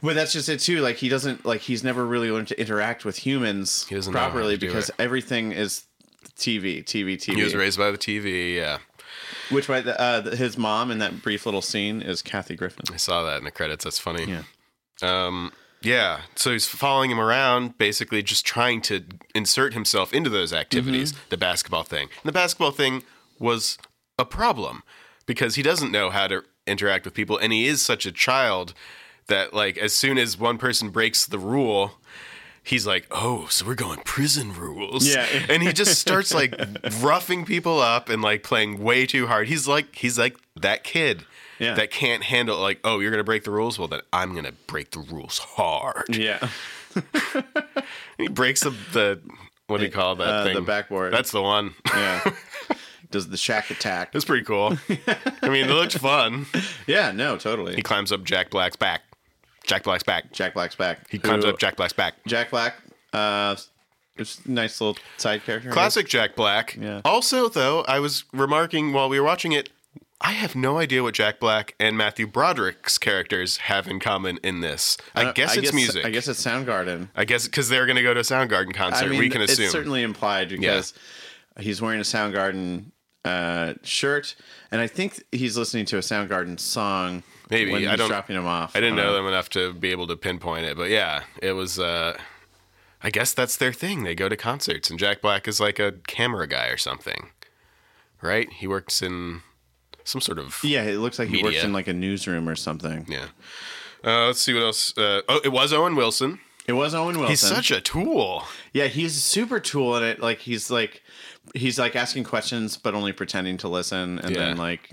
B: but that's just it too. Like he doesn't like he's never really learned to interact with humans
C: He doesn't know how
B: properly
C: to do
B: because
C: it.
B: everything is TV, TV, TV.
C: he was raised by the TV. Yeah,
B: Which by the, uh, his mom in that brief little scene is Kathy Griffin.
C: I saw that in the credits. That's funny.
B: Yeah.
C: Um. Yeah. So he's following him around, basically just trying to insert himself into those activities.
B: Mm-hmm.
C: The basketball thing. And the basketball thing was a problem because he doesn't know how to interact with people, and he is such a child that, like, as soon as one person breaks the rule. He's like, oh, so we're going prison rules.
B: Yeah.
C: and he just starts like roughing people up and like playing way too hard. He's like, he's like that kid
B: Yeah.
C: that can't handle like oh you're gonna break the rules well then i'm gonna break the rules hard
B: Yeah.
C: he breaks the, the what do you call that
B: Uh,
C: thing
B: the backboard.
C: that's the one
B: Yeah. Does the shack attack?
C: it's pretty cool i mean it looked fun
B: Yeah, no,
C: he
B: totally.
C: climbs up jack black's back jack black's back
B: Jack Black's back.
C: he climbs
B: Who-
C: up jack black's back
B: Jack Black. Uh, it's a nice little side character.
C: classic jack black
B: Yeah.
C: also though i was remarking while we were watching it I have no idea what Jack Black and Matthew Broderick's characters have in common in this. I
B: Uh,
C: guess it's music.
B: I guess it's Soundgarden.
C: I guess because they're going to go to a Soundgarden concert.
B: I mean,
C: we can assume.
B: it's certainly implied because he's wearing a Soundgarden uh, shirt, and I think he's listening to a Soundgarden song.
C: Maybe.
B: when
C: I
B: he's
C: don't-
B: dropping him off.
C: I didn't
B: Uh,
C: know them enough to be able to pinpoint it, but yeah, it was. Uh, I guess that's their thing. They go to concerts, and Jack Black is like a camera guy or something, right? He works in some sort of
B: Yeah, it looks like he
C: Media.
B: works in like a newsroom or something.
C: yeah. Uh, let's see what else. Uh, oh, it was Owen Wilson.
B: It was Owen Wilson.
C: He's such a tool.
B: Yeah, he's super tool in it. Like he's like he's like asking questions but only pretending to listen and then
C: Yeah.
B: like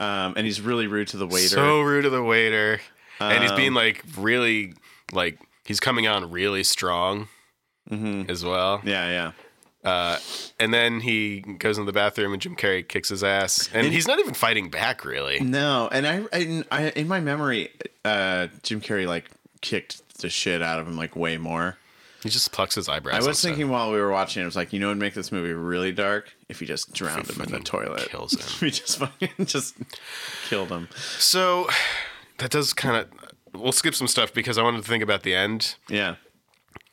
B: um and he's really rude to the waiter. Um,
C: So rude to the waiter, and he's being like really like he's coming on really strong as well.
B: Mm-hmm. yeah, yeah.
C: Uh, and then he goes into the bathroom, and Jim Carrey kicks his ass, and he's not even fighting back, really.
B: No, and I, in, I in my memory, uh, Jim Carrey like kicked the shit out of him like way more.
C: He just plucks his eyebrows.
B: I was
C: instead.
B: thinking while we were watching, it was like, you know, would make this movie really dark if you just drowned him in the
C: Fucking
B: toilet.
C: kills him.
B: we just fucking just killed him.
C: So that does kind of. We'll skip some stuff because I wanted to think about the end.
B: Yeah,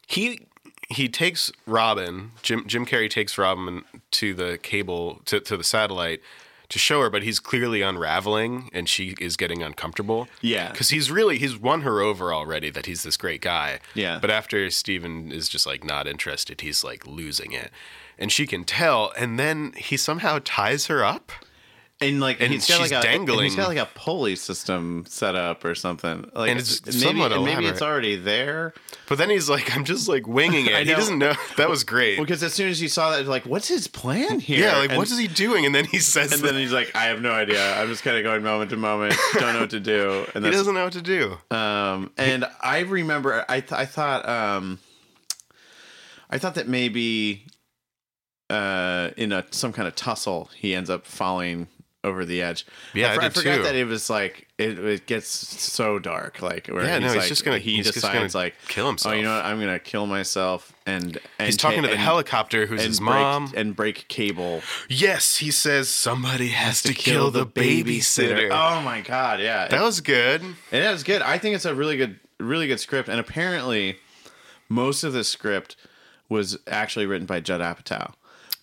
C: He he takes Robin. Jim Jim Carrey takes Robin to the cable to to the satellite to show her, but he's clearly unraveling, and she is getting uncomfortable.
B: Yeah.
C: because he's really he's won her over already that he's this great guy.
B: Yeah.
C: but after Steven is just like not interested, he's like losing it. And she can tell, and then he somehow ties her up.
B: and like
C: And
B: he's got
C: she's
B: like a,
C: dangling.
B: and he's got like a pulley system set up or something. Like,
C: And it's
B: maybe,
C: somewhat
B: and maybe
C: elaborate.
B: it's already there.
C: But then he's like, "I'm just like winging it."
B: I
C: He
B: know.
C: doesn't know. That was great.
B: Because as soon as you saw that, like, what's his plan here?
C: Yeah, like
B: and,
C: what is he doing? And then he says
B: And
C: that
B: then he's like, I have no idea. I'm just kind of going moment to moment. Don't know what to do. And
C: he
B: that's
C: doesn't know what to do.
B: Um, and I remember, I th- I thought, um, I thought that maybe, uh, in a some kind of tussle, he ends up falling over the edge.
C: Yeah,
B: I,
C: I
B: for-
C: did
B: forgot
C: too.
B: that it was like it, it gets so dark, like where
C: Yeah,
B: he's,
C: no, he's
B: like-
C: just gonna-
B: he
C: he's just
B: decides
C: gonna
B: like
C: kill
B: Oh,
C: himself."
B: you know what? I'm gonna kill myself, and, and
C: He's talking
B: ta-
C: to the
B: and-
C: helicopter, who's
B: and
C: his
B: break-
C: mom.
B: and break cable
C: yes, he says somebody has to kill the babysitter.
B: Oh my god, yeah,
C: that was good.
B: And that was good. I think it's a really good, really good script. And apparently, most of the script was actually written by Judd Apatow,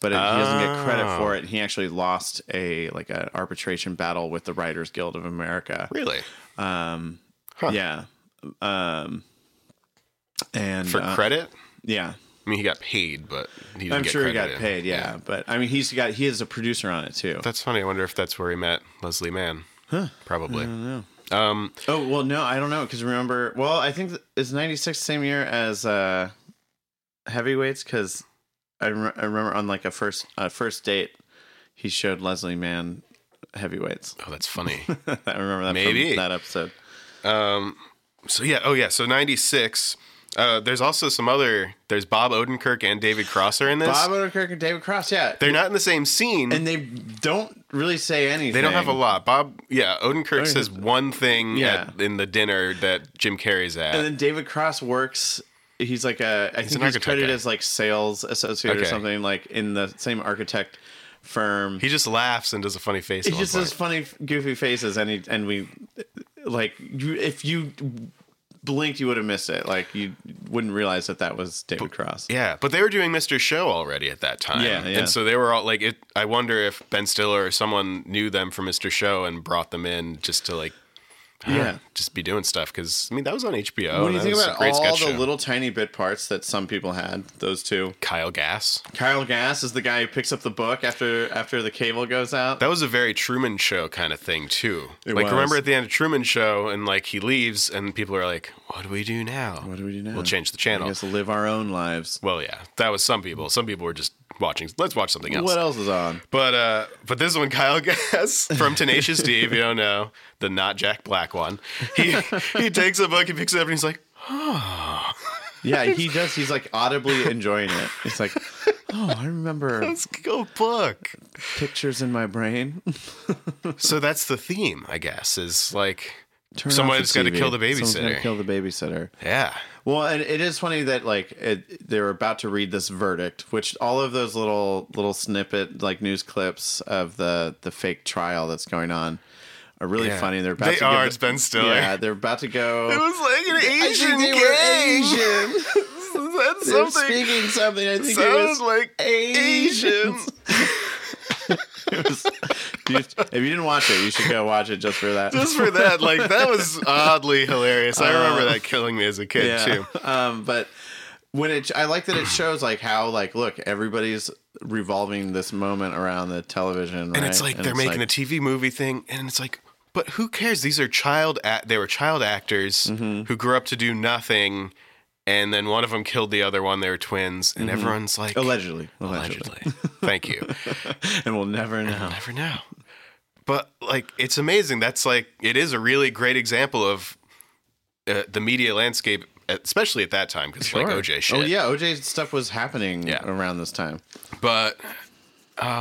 B: but it, he doesn't get credit for it. He actually lost a like an arbitration battle with the Writers Guild of America.
C: Really?
B: Yeah. Um. And
C: For
B: uh,
C: credit?
B: yeah,
C: I mean, he got paid, but he didn't
B: I'm
C: get
B: sure he got
C: credited.
B: paid. Yeah. but I mean, he's got he is a producer on it too.
C: That's funny. I wonder if that's where he met Leslie Mann. Huh. Probably. Um,
B: Oh well, no, I don't know because remember, well, I think th- is '96 the same year as uh heavyweights because I, rem- I remember on like a first uh, first date he showed Leslie Mann heavyweights.
C: oh, that's funny.
B: I remember that
C: Maybe.
B: from that episode.
C: so yeah, oh yeah, so 96. Uh, there's also some other. There's Bob Odenkirk and David Cross are in this.
B: Bob Odenkirk and David Cross, yeah,
C: They're not in the same scene.
B: and they don't really say anything.
C: They don't have a lot. Bob, yeah, Odenkirk says one thing
B: Yeah.
C: at, in the dinner that Jim Carrey's at.
B: And then David Cross works. He's like a. I
C: an
B: think he's
C: architect
B: credited
C: guy.
B: as like sales associate or
C: Okay.
B: something like in the same architect firm.
C: he just laughs and does a funny face.
B: He
C: at one
B: just does
C: point.
B: funny, goofy faces, and he and we, like, you, if you blinked, you would have missed it. Like, you wouldn't realize that that was David Cross.
C: Yeah, but they were doing Mr. Show already at that time.
B: Yeah, yeah.
C: And so they were all like, it, I wonder if Ben Stiller or someone knew them from Mr. Show and brought them in just to like, huh,
B: Yeah.
C: just be doing stuff. Cause I mean, that was on HBO.
B: when you
C: Oh, that
B: think
C: was a
B: about
C: great
B: all
C: sketch
B: the
C: show.
B: little tiny bit parts that some people had, those two.
C: Kyle Gass.
B: Kyle Gass is the guy who picks up the book after after the cable goes out.
C: That was a very Truman Show kind of thing too.
B: It
C: like
B: was.
C: remember at the end of Truman Show, and like he leaves, and people are like, "What do we do now?
B: what do we do now?
C: We'll change the channel."
B: I guess live our own lives.
C: Well, yeah, that was some people. Some people were just watching. Let's watch something else.
B: What else is on?
C: But uh, but this one, Kyle Gass from Tenacious D. If you don't know, the not Jack Black one, he he takes a book, he picks it up, and he's like,
B: Yeah, he does. He's like audibly enjoying it. It's like, oh, I remember
C: "Let's go book."
B: pictures in my brain.
C: So that's the theme, I guess, is like
B: Turn off
C: Someone's gotta
B: TV.
C: kill the
B: Someone's gotta
C: babysitter.
B: kill the babysitter.
C: yeah,
B: Well, and it is funny that like it, they were about to read this verdict, which all of those little little snippet like news clips of the the fake trial that's going on are really
C: Yeah.
B: funny. They're about
C: They
B: to
C: are,
B: give
C: it's Ben Stiller.
B: Yeah, they're about to go.
C: it was like an
B: I think
C: Asian
B: they
C: game.
B: were Asian.
C: That's
B: They're
C: something.
B: speaking something. I think it was
C: Sounds like
B: Asian.
C: Asian.
B: It was- you- if you didn't watch it, you should go watch it just for that.
C: Just for that, like that was oddly hilarious. I remember that killing me as a kid too.
B: Um, but when it, I like that it shows like how like look everybody's revolving this moment around the television,
C: and it's like they're making a TV movie thing, and it's like, but who cares? These are child. Act- they were child actors who grew up to do nothing, and then one of them killed the other one. They were twins, and everyone's like,
B: allegedly, allegedly,
C: allegedly. Thank you.
B: and we'll never know.
C: Never know. But like, it's amazing. That's like, it is a really great example of uh, the media landscape especially at that time because like OJ shit.
B: Oh yeah, OJ stuff was happening
C: Yeah.
B: around this time.
C: but um,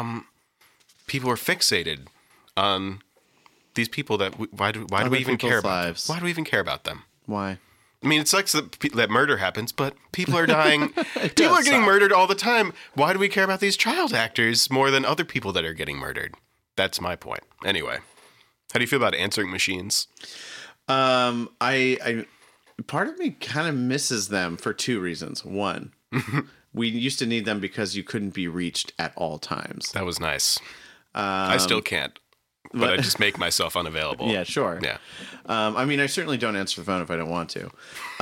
C: people were fixated on these people that we, why do why do
B: Other
C: we even care
B: people's
C: about
B: lives.
C: them? why do we even care about them?
B: Why?
C: I mean, it sucks that pe- that murder happens, but people are dying. people
B: does
C: are getting
B: suck.
C: murdered all the time. Why do we care about these child actors more than other people that are getting murdered? That's my point. Anyway, how do you feel about answering machines?
B: Um, I, I, part of me kind of misses them for two reasons. One, we used to need them because you couldn't be reached at all times.
C: That was nice. I still can't, but, I just make myself unavailable.
B: Um, Yeah, sure.
C: Yeah.
B: Um, I mean, I certainly don't answer the phone if I don't want to.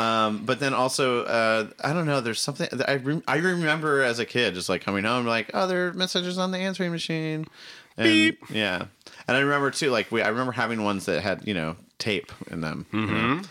B: Um, but then also, uh, I don't know. There's something that I rem I remember as a kid, just like coming home, like, oh, there are messages on the answering machine. And, Beep. Yeah, and I remember too. Like, we I remember having ones that had you know tape in them. you know?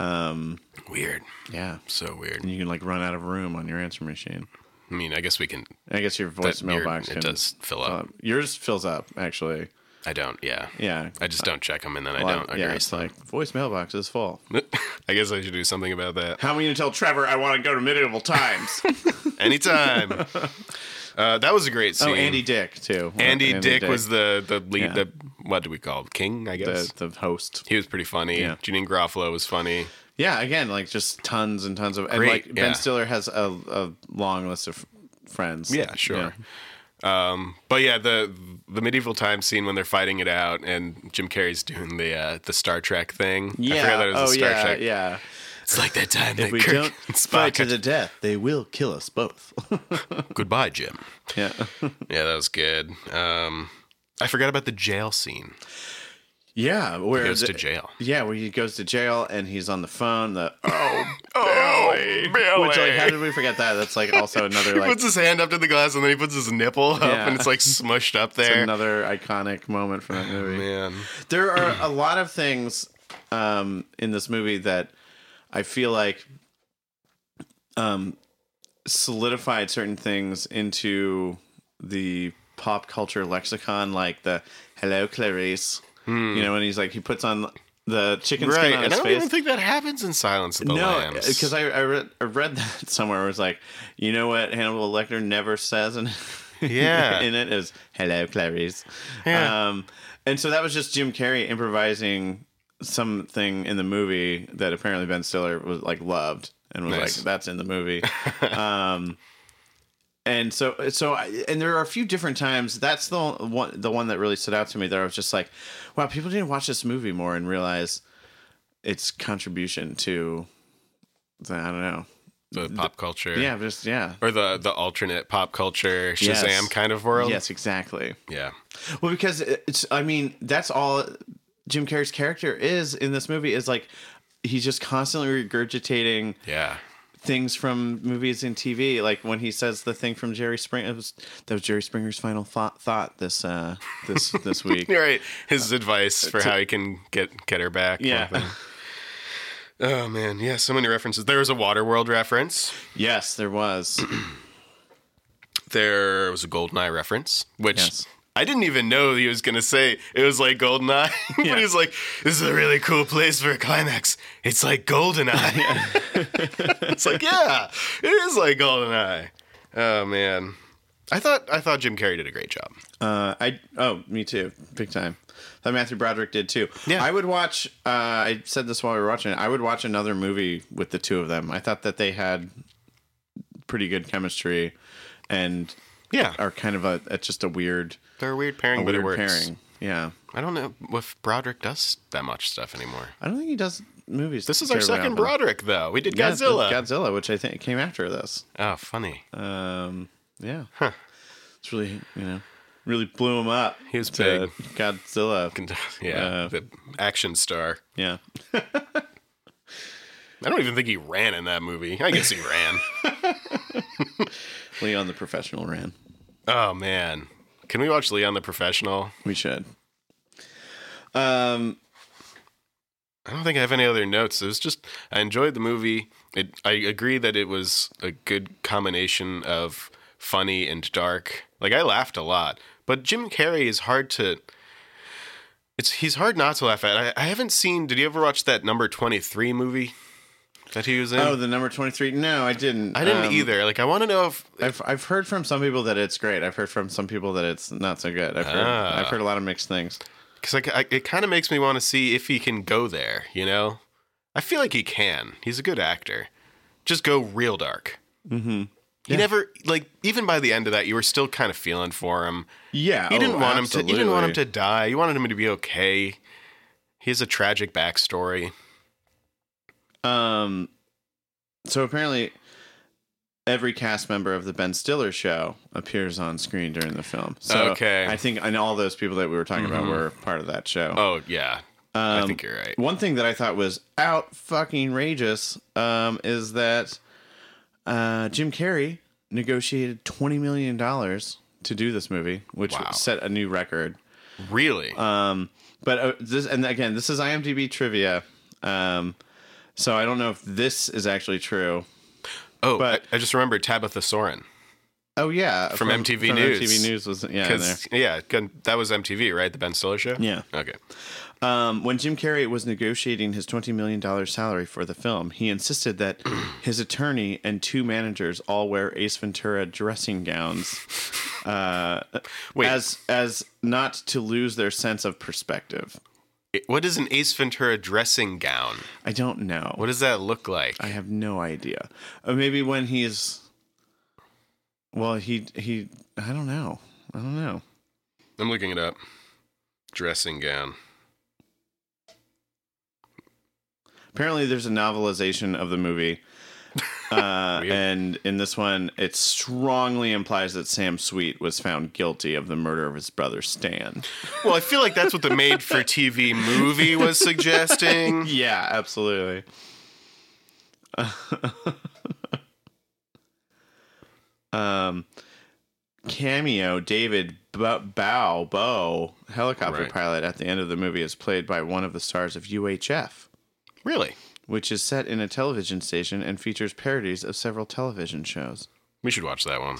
C: Mm-hmm. Weird.
B: Yeah,
C: So weird.
B: and you can like run out of room on your answering machine.
C: I mean, I guess we can.
B: I guess your
C: That
B: voice
C: your,
B: mailbox
C: it
B: can
C: does fill
B: fill
C: up.
B: up. Yours fills up actually.
C: I don't. Yeah.
B: Yeah.
C: I just don't check them, and then I
B: Well,
C: don't. I
B: yeah,
C: agree.
B: it's like voice mailbox is full.
C: I guess I should do something about that.
B: How am I going to tell Trevor I want to go to medieval times?
C: Anytime. uh, that was a great scene.
B: oh, Andy Dick too.
C: Andy, Dick, was the the lead.
B: Yeah.
C: The what do we call him? king? I guess
B: the, the host.
C: he was pretty funny.
B: Yeah.
C: Janine Garofalo was funny.
B: Yeah, again, like just tons and tons of, and
C: Great,
B: like
C: yeah.
B: Ben Stiller has a, a long list of friends.
C: Yeah, sure. Um, but yeah, the the medieval times scene when they're fighting it out, and Jim Carrey's doing the uh, the Star Trek thing.
B: Yeah.
C: I forgot that it was
B: oh
C: a Star
B: yeah,
C: Trek.
B: yeah.
C: It's like that time that
B: We
C: Kirk
B: don't
C: and
B: fight
C: Spock.
B: to the death; they will kill us both.
C: Goodbye, Jim.
B: yeah.
C: Yeah, that was good. Um, I forgot about the jail scene.
B: Yeah, where
C: He goes
B: the-
C: to jail.
B: Yeah, where he goes to jail and he's on the phone. The oh,
C: Oh, Billy.
B: which like how did we forget that? That's like also another
C: he
B: like
C: puts his hand up to the glass and then he puts his nipple up
B: Yeah.
C: and it's like smushed up
B: it's
C: there.
B: another iconic moment from that movie.
C: Man.
B: There are a lot of things um, in this movie that I feel like um, solidified certain things into the pop culture lexicon, like the "Hello, Clarice." You know, and he's like he puts on the chicken skin
C: Hmm. Right.
B: on
C: And
B: his
C: I don't
B: face.
C: even think that happens in Silence of the
B: No,
C: Lambs.
B: because I I read, I read that somewhere. Where it's like, you know what Hannibal Lecter never says in,
C: Yeah.
B: in it is "Hello, Clarice."
C: Yeah.
B: Um, and so that was just Jim Carrey improvising something in the movie that apparently Ben Stiller was like loved and was
C: Nice.
B: like, "That's in the movie." um, and so so I, and there are a few different times. That's the one the one that really stood out to me. That I was just like, "Wow, people didn't watch this movie more and realize." Its contribution to the- I don't know.
C: the pop culture.
B: Yeah, just yeah.
C: Or the, the alternate pop culture Shazam
B: Yes.
C: kind of world.
B: Yes, exactly.
C: Yeah.
B: Well, because it's I mean, that's all Jim Carrey's character is in this movie is like he's just constantly regurgitating
C: Yeah.
B: things from movies and TV. Like when he says the thing from Jerry Springer it was, that was Jerry Springer's final thought thought this uh this this week.
C: You're right. His advice for how he can get get her back. kind of
B: Uh, Yeah.
C: thing. Oh man, yeah, so many references. There was a Waterworld reference.
B: Yes, there was.
C: There was a Goldeneye reference, which
B: Yes.
C: I didn't even know he was gonna say it was like Goldeneye. but
B: Yeah.
C: he was like, "This is a really cool place for a climax. It's like Goldeneye." it's like, yeah, it is like Goldeneye. Oh man, I thought I thought Jim Carrey did a great job.
B: Uh, I oh me too, big time. That Matthew Broderick did too.
C: Yeah.
B: I would watch. Uh, I said this while we were watching it. I would watch another movie with the two of them. I thought that they had pretty good chemistry, and
C: Yeah,
B: are kind of a, a just a weird,
C: they're a weird
B: a
C: pairing, but
B: weird
C: it works.
B: pairing. Yeah,
C: I don't know if Broderick does that much stuff anymore.
B: I don't think he does movies.
C: This is our
B: terribly
C: second
B: often.
C: Broderick, though. We did
B: Yeah,
C: Godzilla.
B: Godzilla, which I think came after this.
C: oh, funny.
B: Um, yeah, it's really you know really blew him up.
C: He was
B: to
C: big.
B: Godzilla.
C: yeah,
B: uh,
C: the action star.
B: Yeah.
C: I don't even think he ran in that movie. I guess he ran.
B: Leon the Professional ran.
C: Oh man, can we watch Leon the Professional?
B: We should. Um,
C: I don't think I have any other notes. It was just I enjoyed the movie. It, I agree that it was a good combination of funny and dark. Like I laughed a lot, but Jim Carrey is hard to. It's he's hard not to laugh at. I, I haven't seen. Did you ever watch that number twenty three movie? that he was in?
B: Oh, the number 23? No, I didn't.
C: I didn't
B: Um,
C: either. Like, I want to know if
B: I've, I've heard from some people that it's great. I've heard from some people that it's not so good. I've heard,
C: Ah.
B: I've heard a lot of mixed things.
C: because like I, it kind of makes me want to see if he can go there. You know, I feel like he can. He's a good actor. Just go real dark. Mm-hmm. He never like even by the end of that, you were still kind of feeling for him.
B: Yeah.
C: You didn't
B: oh,
C: want him to. You didn't want him
B: absolutely.
C: to die. You wanted him to be okay. He has a tragic backstory.
B: Um, so apparently, every cast member of the Ben Stiller show appears on screen during the film. So
C: Okay. Mm-hmm.
B: I think and all those people that we were talking about were part of that show.
C: Oh yeah, I
B: Um,
C: think you're right.
B: One thing that I thought was out fucking rageous um, is that uh, Jim Carrey negotiated twenty million dollars to do this movie, which
C: Wow.
B: set a new record.
C: Really?
B: Um, but uh, this, and again, this is IMDb trivia. Um, so I don't know if this is actually true.
C: oh,
B: but-
C: I, I just remembered Tabitha Soren
B: Oh yeah,
C: From MTV News.
B: MTV News was yeah in there.
C: because yeah, 'cause that was MTV, right? The Ben Stiller show.
B: Yeah.
C: Okay.
B: Um, when Jim Carrey was negotiating his twenty million dollars salary for the film, he insisted that his attorney and two managers all wear Ace Ventura dressing gowns, uh,
C: Wait.
B: as as not to lose their sense of perspective.
C: It- What is an Ace Ventura dressing gown?
B: I don't know.
C: What does that look like?
B: I have no idea. Or maybe when he's well, he he. I don't know. I don't know.
C: I'm looking it up. Dressing gown.
B: Apparently, there's a novelization of the movie. Uh,
C: Weird.
B: and in this one, it strongly implies that Sam Sweet was found guilty of the murder of his brother Stan.
C: Well, I feel like that's what the made for TV movie was suggesting.
B: Yeah, absolutely. um, cameo David Bo- Bow Bow, helicopter
C: Right.
B: pilot at the end of the movie, is played by one of the stars of UHF.
C: Really?
B: which is set in a television station and features parodies of several television shows.
C: We should watch that one.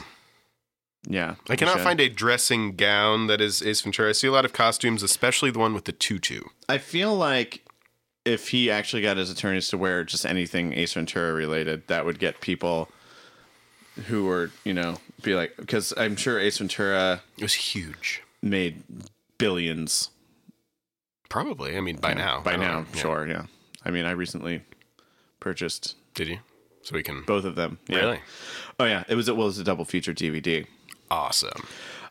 B: Yeah.
C: I cannot find a dressing gown that is Ace Ventura. I see a lot of costumes, especially the one with the tutu.
B: I feel like if he actually got his attorneys to wear just anything Ace Ventura related, that would get people who were, you know, be like, because I'm sure Ace Ventura
C: It was huge.
B: made billions
C: Probably. I mean, by now. I
B: by
C: don't
B: now.
C: know. Oh, Yeah.
B: Sure. Yeah. I mean, I recently purchased
C: Did you? So we can.
B: both of them. Yeah.
C: Really?
B: Oh, yeah. It was, well, it was a double feature DVD.
C: Awesome.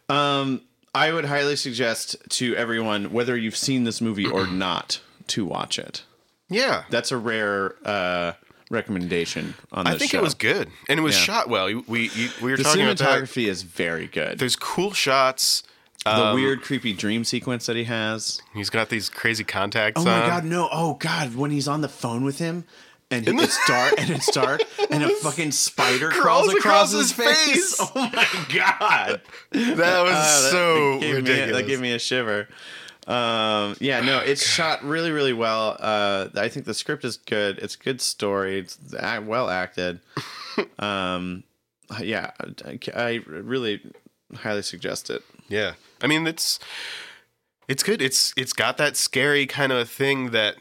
B: Um, I would highly suggest to everyone, whether you've seen this movie or not, to watch it.
C: Yeah.
B: That's a rare uh, recommendation on this
C: I think
B: show.
C: it was good, and it was
B: Yeah.
C: shot well. You- We you, we were
B: The
C: talking about that.
B: cinematography is very good.
C: There's cool shots.
B: the
C: um,
B: weird, creepy dream sequence that he has.
C: He's got these crazy contacts.
B: Oh my
C: on.
B: god, no! Oh god, when he's on the phone with him, and it's dark, and it's dark, and a fucking spider crawls, across, his face. Oh my god,
C: That was
B: Ah, that-
C: so
B: that gave
C: ridiculous. Oh
B: Me, that gave me a shiver. Um, yeah, no, it's shot really, really well. Uh, I think the script is good. It's a good story. It's a- well acted. um, yeah, I, I really highly suggest it.
C: yeah, I mean it's it's good. It's it's got that scary kind of thing that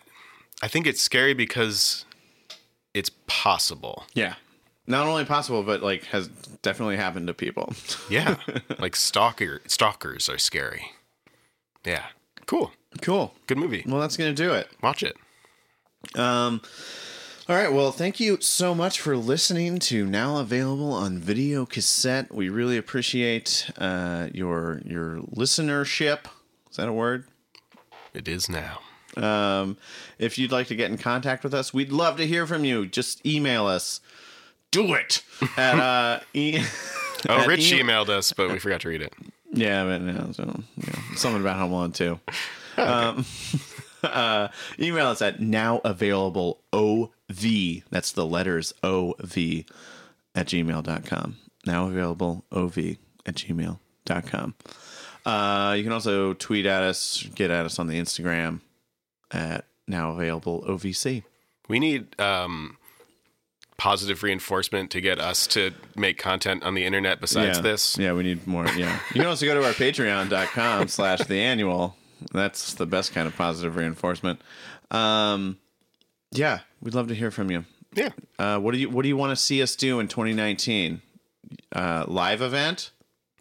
C: I think it's scary because it's possible.
B: Yeah, not only possible, but like has definitely happened to people.
C: Yeah, like stalker stalkers are scary. Yeah, cool,
B: cool.
C: good movie.
B: Well, that's gonna do it.
C: Watch it.
B: Um, all right. Well, thank you so much for listening to now available on video cassette. We really appreciate uh, your your listenership. Is that a word?
C: It is now.
B: Um, if you'd like to get in contact with us, we'd love to hear from you. Just email us. Do it at uh, e-
C: Oh,
B: at
C: Rich
B: e-
C: emailed us, but we forgot to read it.
B: Yeah, but no, so, yeah, something about Home Alone too. Um, uh, email us at now available OV. That's the letters OV at gmail.com. Now available OV at gmail.com. Uh, you can also tweet at us, get at us on the Instagram at now available OVC.
C: We need um, positive reinforcement to get us to make content on the internet besides
B: yeah.
C: this.
B: Yeah, we need more. Yeah. You can also go to our patreon.com slash the annual. That's the best kind of positive reinforcement. Um, yeah, we'd love to hear from you.
C: Yeah.
B: Uh, what do you What do you want to see us do in 2019? Uh, live event?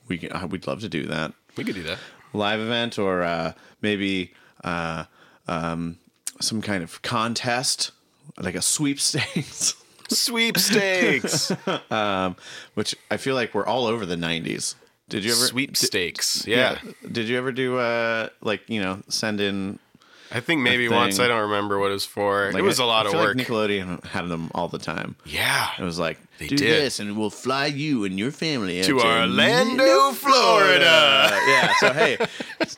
B: We can- uh, we'd love to do that.
C: We could do that.
B: Live event or uh, maybe uh, um, some kind of contest, like a sweepstakes.
C: Sweepstakes.
B: um, which I feel like we're all over the 90s. Did you ever
C: Sweepstakes.
B: di-
C: Yeah.
B: Did you ever do uh like you know send in?
C: I think maybe
B: thing.
C: once. I don't remember what it was for.
B: Like,
C: it was
B: I-
C: a
B: I
C: lot of
B: feel
C: work.
B: Like Nickelodeon had them all the time. It
C: yeah.
B: was like
C: They
B: do
C: did.
B: this and we'll fly you and your family out Uh,
C: To Orlando, Florida.
B: yeah. So hey,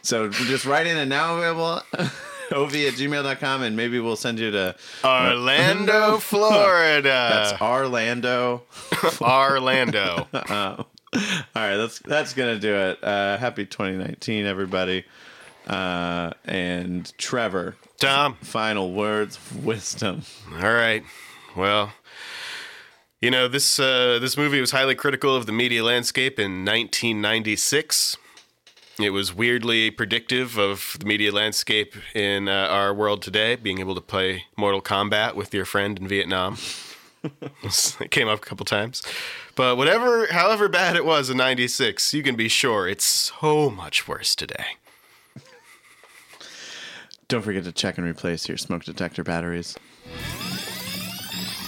B: so just write in and now available ov at gmail.com and maybe we'll send you to
C: Orlando, Florida. Uh.
B: that's Orlando.
C: Orlando.
B: Um, all right, that's that's gonna do it. Uh, happy 2019, everybody. Uh, and Trevor,
C: Tom.
B: final words of wisdom.
C: All right. Well, you know this uh, this movie was highly critical of the media landscape in 1996. It was weirdly predictive of the media landscape in uh, our world today, being able to play Mortal Kombat with your friend in Vietnam. it came up a couple times. But whatever, however bad it was in 96, you can be sure it's so much worse today.
B: Don't forget to check and replace your smoke detector batteries.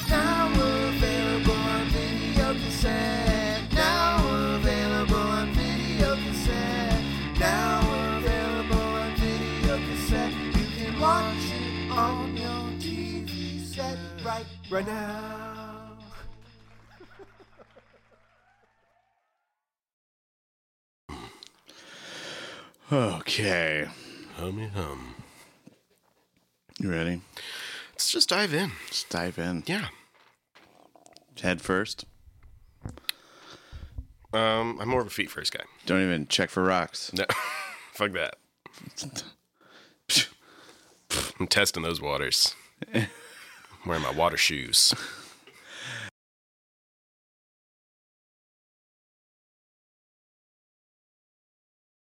A: Now available on video cassette. Now available on video cassette. Now available on video cassette. You can watch it on your TV set right, right now.
B: Okay,
C: Hummy hum.
B: you ready?
C: Let's just dive in.
B: Let's dive in.
C: Yeah.
B: Head first.
C: Um, I'm more of a feet first guy.
B: Don't even check for rocks.
C: No, fuck that. I'm testing those waters. I'm wearing my water shoes.